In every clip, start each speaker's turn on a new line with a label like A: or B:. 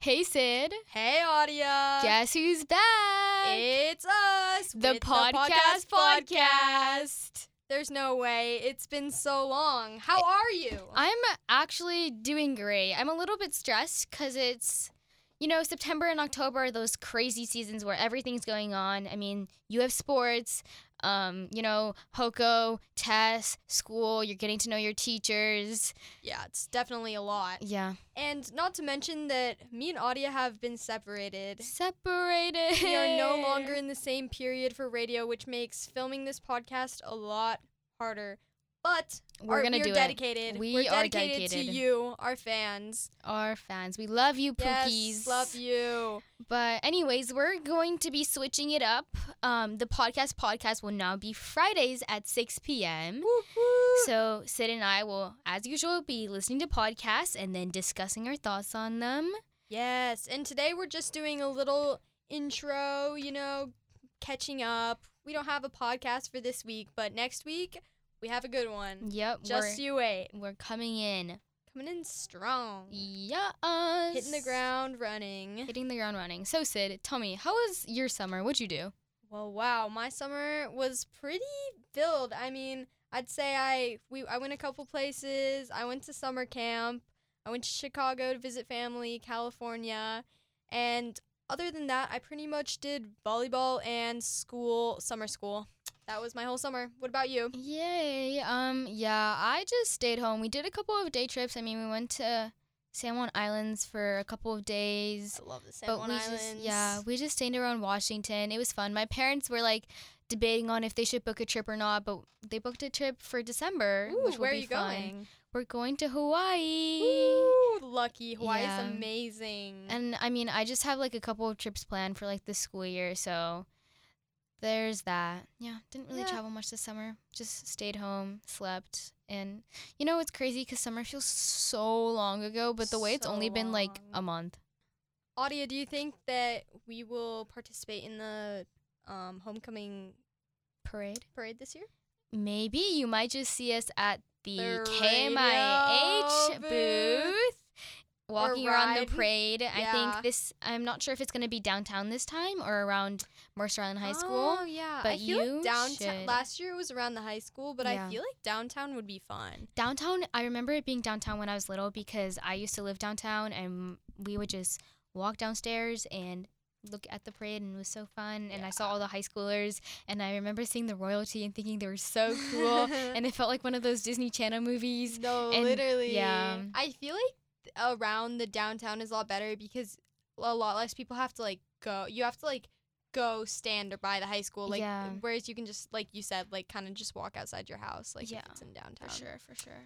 A: Hey, Sid.
B: Hey, Audia.
A: Guess who's back?
B: Uh, It's us.
A: the,
B: with
A: podcast, podcast
B: There's no way. It's been so long. How are you?
A: I'm actually doing great. I'm a little bit stressed because it's, you know, September and October are those crazy seasons where everything's going on. I mean, you have sports, um, you know, Hoko, tests, school, you're getting to know your teachers.
B: yeah, it's definitely a lot.
A: Yeah.
B: And not to mention that me and Audia have been separated.
A: Separated.
B: We are no longer in the same period for radio, which makes filming this podcast a lot harder. But
A: We're
B: our-
A: going to
B: we're
A: do it.
B: dedicated.
A: We
B: are
A: are
B: dedicated,
A: dedicated.
B: to you, our fans.
A: Our fans. We love you, Pookies.
B: Yes, love you.
A: But anyways, we're going to be switching it up. Um, the podcast podcast will now be Fridays at 6 p.m.
B: Woo, woo.
A: So Sid and I will, as usual, be listening to podcasts and then discussing our thoughts on them.
B: Yes, and today we're just doing a little intro, you know, catching up. We don't have a podcast for this week, but next week we have a good one.
A: Yep,
B: Just
A: we're,
B: you wait.
A: we're coming in.
B: Coming in strong.
A: Yes.
B: Hitting the ground running.
A: Hitting the ground running. So Sid, tell me, how was your summer? What'd you do?
B: Well, wow, my summer was pretty filled. I mean, I'd say I we I went a couple places. I went to summer camp. I went to Chicago to visit family, California, and other than that, I pretty much did volleyball and school, summer school. That was my whole summer. What about you?
A: Yay. Um, yeah, I just stayed home. We did a couple of day trips. I mean, we went to San Juan Islands for a couple of days.
B: I love the San
A: but
B: Juan
A: we
B: Islands.
A: just yeah we just stayed around washington it was fun my parents were like debating on if they should book a trip or not but they booked a trip for december
B: Ooh,
A: which will
B: where are
A: be
B: you
A: fun.
B: going?
A: we're going to hawaii
B: Ooh, lucky. Hawaii
A: Yeah.
B: is amazing.
A: and i mean i just have like a couple of trips planned for like the school year so there's that yeah didn't really
B: Yeah.
A: travel much this summer just stayed home slept and you know it's crazy because summer feels so long ago but the way it's
B: So
A: only been like a
B: long.
A: month
B: Audia, do you think that we will participate in the um, homecoming
A: parade
B: parade this year?
A: maybe you might just see us at the,
B: The
A: KMIH
B: radio
A: booth
B: booth.
A: walking around the
B: ride.
A: parade. I
B: Yeah.
A: think this I'm not sure if it's going to be downtown this time or around Mercer Island High School.
B: Oh yeah.
A: but
B: I feel like
A: you
B: downtown
A: should.
B: last year it was around the high school, but
A: Yeah.
B: I feel like downtown would be fun.
A: Downtown, I remember it being downtown when I was little because I used to live downtown and we would just walk downstairs and look at the parade and it was so fun and I saw all the high schoolers and I remember seeing the royalty and thinking they were so cool and it felt like one of those Disney Channel movies.
B: no,
A: and-
B: literally.
A: yeah.
B: I feel like th- around the downtown is a lot better because a lot less people have to like go. You have to like go stand or by the high school like
A: Yeah.
B: whereas you can just like you said like kind of just walk outside your house like
A: Yeah,
B: if it's in downtown.
A: for sure.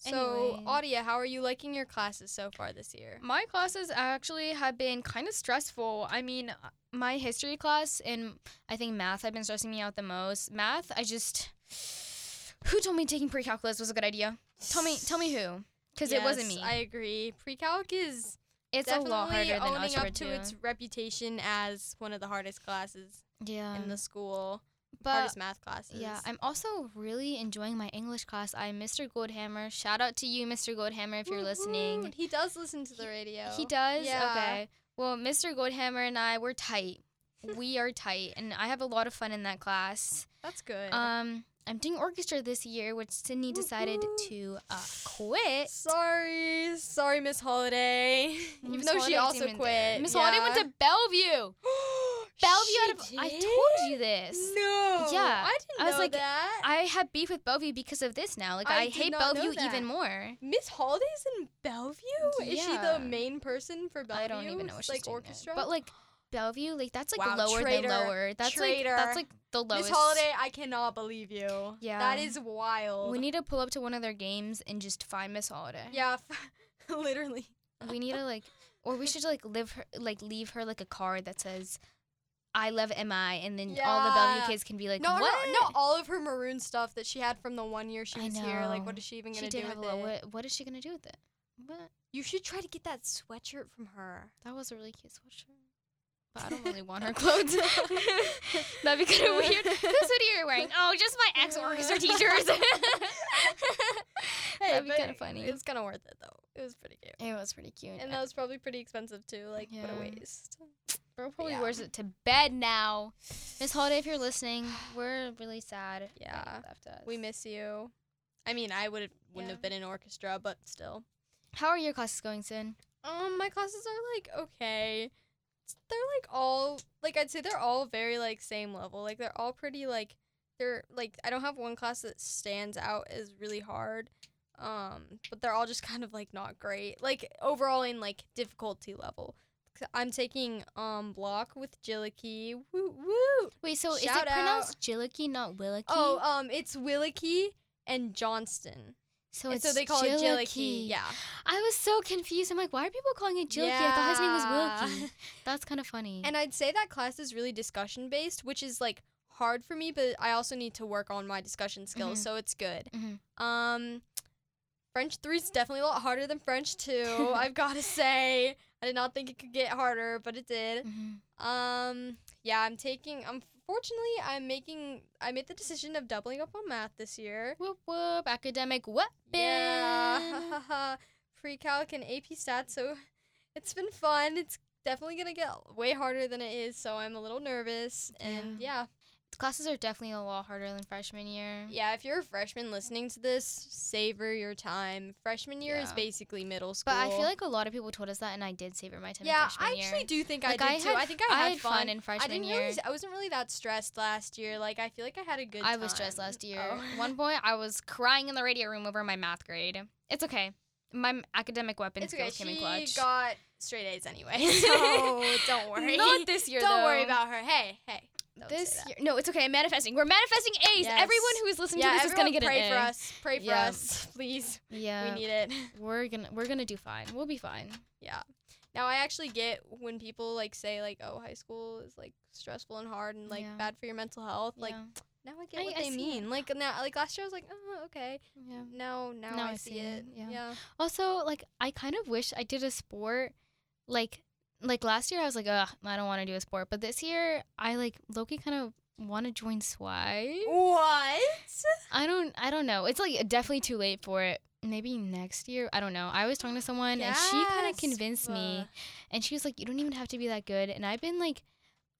B: So,
A: Anyway.
B: Audia, how are you liking your classes so far this year?
A: My classes actually have been kind of stressful. I mean, uh, my history class and I think math have been stressing me out the most. Math, I just who told me taking pre-calculus was a good idea? Tell me, tell me who, because it wasn't
B: Yes,
A: me.
B: I agree. Pre-calc is
A: it's a
B: definitely
A: lot harder than
B: owning
A: algebra
B: up to
A: too.
B: its reputation as one of the hardest classes
A: yeah,
B: in the school,
A: Um, but
B: hardest math classes.
A: yeah, I'm also really enjoying my English class. I Mr. Goldhammer. Shout out to you, Mr. Goldhammer, if you're
B: Woot
A: listening.
B: woot. He does listen to the radio.
A: He does?
B: Yeah.
A: Okay. Well, Mr. Goldhammer and I, we're tight. we are tight. And I have a lot of fun in that class.
B: That's good.
A: Um, I'm doing orchestra this year, which Sydney decided
B: Woohoo.
A: to uh, quit.
B: sorry, sorry, Miss Holiday. Even
A: Miss
B: though she
A: Holiday's
B: also
A: even
B: quit.
A: there. Miss Holiday went
B: yeah.
A: to Bellevue. Bellevue out of.
B: She
A: I
B: did?
A: told you this.
B: No.
A: Yeah,
B: I didn't
A: I was
B: know
A: like,
B: that.
A: I have beef with Bellevue because of this now. Like, I,
B: I did
A: hate
B: not know
A: Bellevue
B: that.
A: even more.
B: Miss Holiday's in Bellevue? Is she
A: Yeah.
B: the main person for Bellevue?
A: I don't even know what she's
B: like
A: doing there.
B: orchestra.
A: But, like, Bellevue, like, that's like
B: Wow,
A: lower
B: traitor,
A: than lower. That's
B: traitor.
A: like that's like the lowest.
B: Miss Holiday, I cannot believe you.
A: Yeah.
B: That is wild.
A: We need to pull up to one of their games and just find Miss Holiday.
B: Yeah, f- literally.
A: We need to like, or we should like live her like leave her like a card that says, "I love MI," and then all the Bellevue
B: Yeah.
A: kids can be like,
B: no,
A: "What?"
B: no, no, all of her maroon stuff that she had from the one year she
A: I
B: was here. Like,
A: know.
B: what is she even
A: She
B: gonna
A: did
B: do
A: have a
B: with
A: lot.
B: it?
A: What, what is she gonna do with it? What?
B: You should try to get that sweatshirt from her.
A: That was a really cute sweatshirt, but I don't really want her clothes. That'd be kind of weird. Whose hoodie are you wearing? Oh, just my ex orchestra teachers. That'd be
B: but
A: kinda funny.
B: It's kind of worth it though. It was pretty cute,
A: It was pretty cute.
B: and that was probably pretty expensive too. Like what
A: Yeah.
B: a waste.
A: Bro probably
B: Yeah.
A: wears it to bed now. Miss Holiday, if you're listening, we're really sad. that you
B: Yeah,
A: left us.
B: We miss you. I mean, I would wouldn't
A: Yeah.
B: have been in orchestra, but still.
A: How are your classes going, Sin?
B: Um, my classes are like okay. S- They're like all like I'd say they're all very like same level. Like they're all pretty like they're like I don't have one class that stands out as really hard. Um, but they're all just kind of like not great. Like overall in like difficulty level. 'Cause I'm taking um block with Jillicky. Woo woo.
A: Wait, so is it
B: Shout out.
A: pronounced Jillicky, not Willicky?
B: Oh, um it's Willicky and Johnston.
A: so
B: and
A: it's
B: so they call it
A: Jillicky.
B: Jillicky. Yeah.
A: I was so confused. I'm like, why are people calling it Jillicky? I thought his name was
B: Yeah.
A: Wilkie. That's kind of funny.
B: And I'd say that class is really discussion based, which is like hard for me, but I also need to work on my discussion skills,
A: Mhm.
B: so it's good.
A: Mhm.
B: Um, French three is definitely a lot harder than French two. I've got to say, I did not think it could get harder, but it did.
A: Mhm.
B: Um, yeah, I'm taking. Unfortunately, I'm making. I made the decision of doubling up on math this year.
A: Whoop whoop, academic weapon.
B: Yeah, pre-calc and AP Stats. So it's been fun. It's definitely gonna get way harder than it is. So I'm a little nervous. And yeah,
A: Classes are definitely a lot harder than freshman year.
B: yeah. If you're a freshman listening to this, savor your time. Freshman year is
A: Yeah.
B: basically middle school.
A: But I feel like a lot of people told us that, and I did savor my time in
B: yeah,
A: freshman
B: I
A: year.
B: actually do think
A: Like,
B: I
A: I
B: did too.
A: had-
B: I think I had,
A: fun,
B: fun.
A: in
B: I
A: freshman
B: didn't
A: year.
B: really. I wasn't really that stressed last year. Like I feel like I had a good.
A: I was stressed
B: time.
A: last year.
B: Oh.
A: One point, I was crying in the radio room over my math grade. It's okay. My m- academic weapon
B: It's
A: skills
B: okay.
A: came in
B: She
A: clutch.
B: got straight A's anyway, so
A: No,
B: don't worry.
A: Not this year,
B: Don't worry
A: though.
B: about her. Hey, hey. Don't say
A: this
B: that.
A: year. No, it's okay. I'm manifesting. We're manifesting A's.
B: Yes.
A: Everyone who is listening
B: Yeah,
A: to this is gonna
B: everyone
A: get
B: pray
A: an
B: for
A: A.
B: us. Pray for
A: Yeah.
B: us, please.
A: Yeah,
B: We need it.
A: we're gonna we're gonna do fine. We'll be fine.
B: Yeah. Now I actually get when people like say like, "Oh, high school is like stressful and hard and like
A: Yeah.
B: bad for your mental health." Like
A: yeah.
B: now I get
A: I-
B: what
A: I
B: they
A: see it.
B: mean. Like now, like last year I was like, "Oh, okay."
A: yeah.
B: Now, now, I, see, it. Yeah.
A: Also, like I kind of wish I did a sport. Like like last year I was like, ugh, I don't want to do a sport. But this year I like Loki kind of want to join Swag.
B: What?
A: I don't I don't know. It's like definitely too late for it. Maybe next year. I don't know. I was talking to someone and she kind of
B: Gasp.
A: convinced me and she was like, "You don't even have to be that good." And I've been like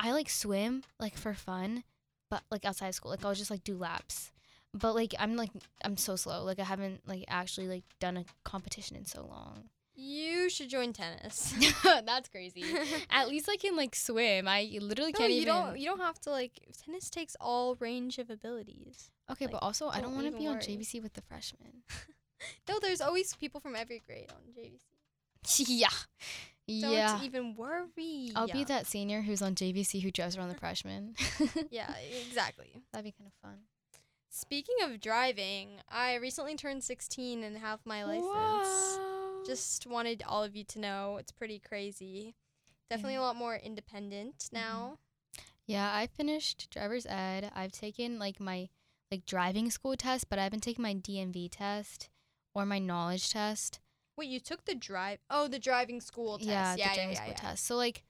A: I like swim like for fun, but like outside of school. Like I'll just like do laps. But like I'm like I'm so slow. Like I haven't like actually like done a competition in so long.
B: You should join tennis.
A: That's crazy. At least I can like swim. I literally
B: No,
A: can't
B: you
A: even.
B: don't. You don't have to like. Tennis takes all range of abilities.
A: okay,
B: like,
A: but also I
B: don't
A: don't want to
B: even
A: be on
B: worry.
A: JBC with the freshmen.
B: Though there's always people from every grade on JVC.
A: yeah,
B: Don't
A: yeah.
B: even worry.
A: I'll be that senior who's on JVC who drives around the freshmen.
B: Yeah, exactly.
A: That'd be kind of fun.
B: Speaking of driving, I recently turned 16 and have my license. Just wanted all of you to know it's pretty crazy. Definitely a lot more
A: Mm-hmm.
B: independent now.
A: yeah, I finished driver's ed. I've taken like my like driving school test, but I haven't taken my DMV test or my knowledge test.
B: Wait, you took the drive? Oh, the driving school test.
A: Yeah, the driving school test. So like,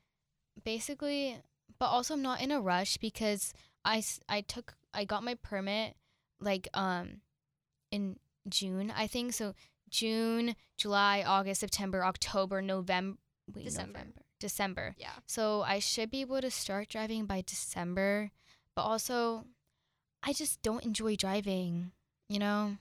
A: basically, but also I'm not in a rush because I s- I took I got my permit like um in June I think so June July August September October November wait,
B: December.
A: November December.
B: Yeah.
A: So I should be able to start driving by December, but also I just don't enjoy driving. You know,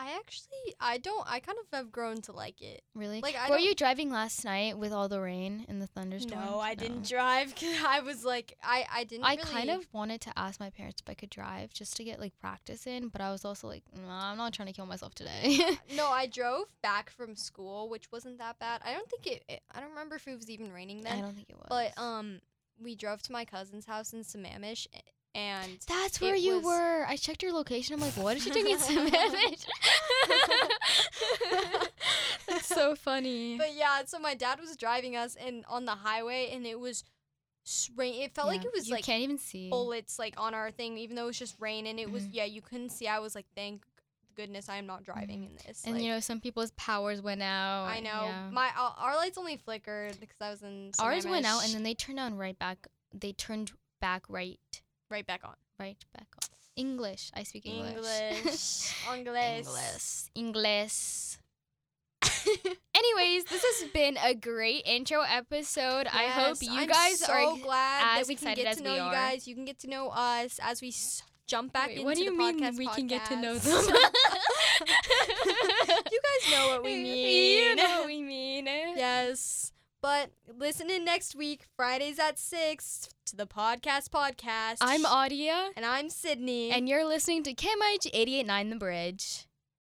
B: I actually, I don't, I kind of have grown to like it.
A: really.
B: Like, I
A: were
B: don't-
A: you driving last night with all the rain and the thunderstorm?
B: No, I didn't drive. 'cause I was like, I, I didn't
A: I
B: really.
A: kind of wanted to ask my parents if I could drive just to get like practice in, but I was also like, nah, I'm not trying to kill myself today.
B: No, I drove back from school, which wasn't that bad. I don't think it, it I don't remember if it was even raining then.
A: I don't think it was.
B: But um, we drove to my cousin's house in Sammamish, a- and
A: that's
B: it
A: where you
B: was-
A: were. I checked your location. I'm like, what is she doing in Sammamish? That's so funny.
B: but yeah, so my dad was driving us and on the highway, and it was s- rain. It felt like
A: Yeah,
B: it was
A: you
B: like
A: can't even see.
B: bullets like on our thing, even though it was just rain, and it was
A: Mhm.
B: yeah, you couldn't see. I was like, thank goodness I'm not driving in this.
A: Mm-hmm. And
B: like,
A: you know, some people's powers went out.
B: I
A: and
B: know
A: yeah.
B: my our, our lights only flickered because I was in
A: ours went out,
B: Sammamish.
A: and then they turned on right back. They turned back right,
B: right back on.
A: right back on. English. I speak English.
B: English. English.
A: English. English. Anyways, this has been a great intro episode. I hope
B: Yes,
A: you
B: I'm
A: guys
B: so
A: are. ex-
B: glad
A: as
B: that we can
A: excited
B: get
A: as
B: to
A: we
B: know you
A: are.
B: guys. You can get to know us as we s- jump back
A: Wait,
B: into
A: what do
B: the
A: you mean
B: podcast
A: we can get to know them?
B: podcast. you guys know what we mean.
A: You know what we mean.
B: yes. But listen in next week, Fridays at 6 to the podcast podcast.
A: I'm Audia,
B: and I'm Sydney.
A: and you're listening to KMH 889 The Bridge.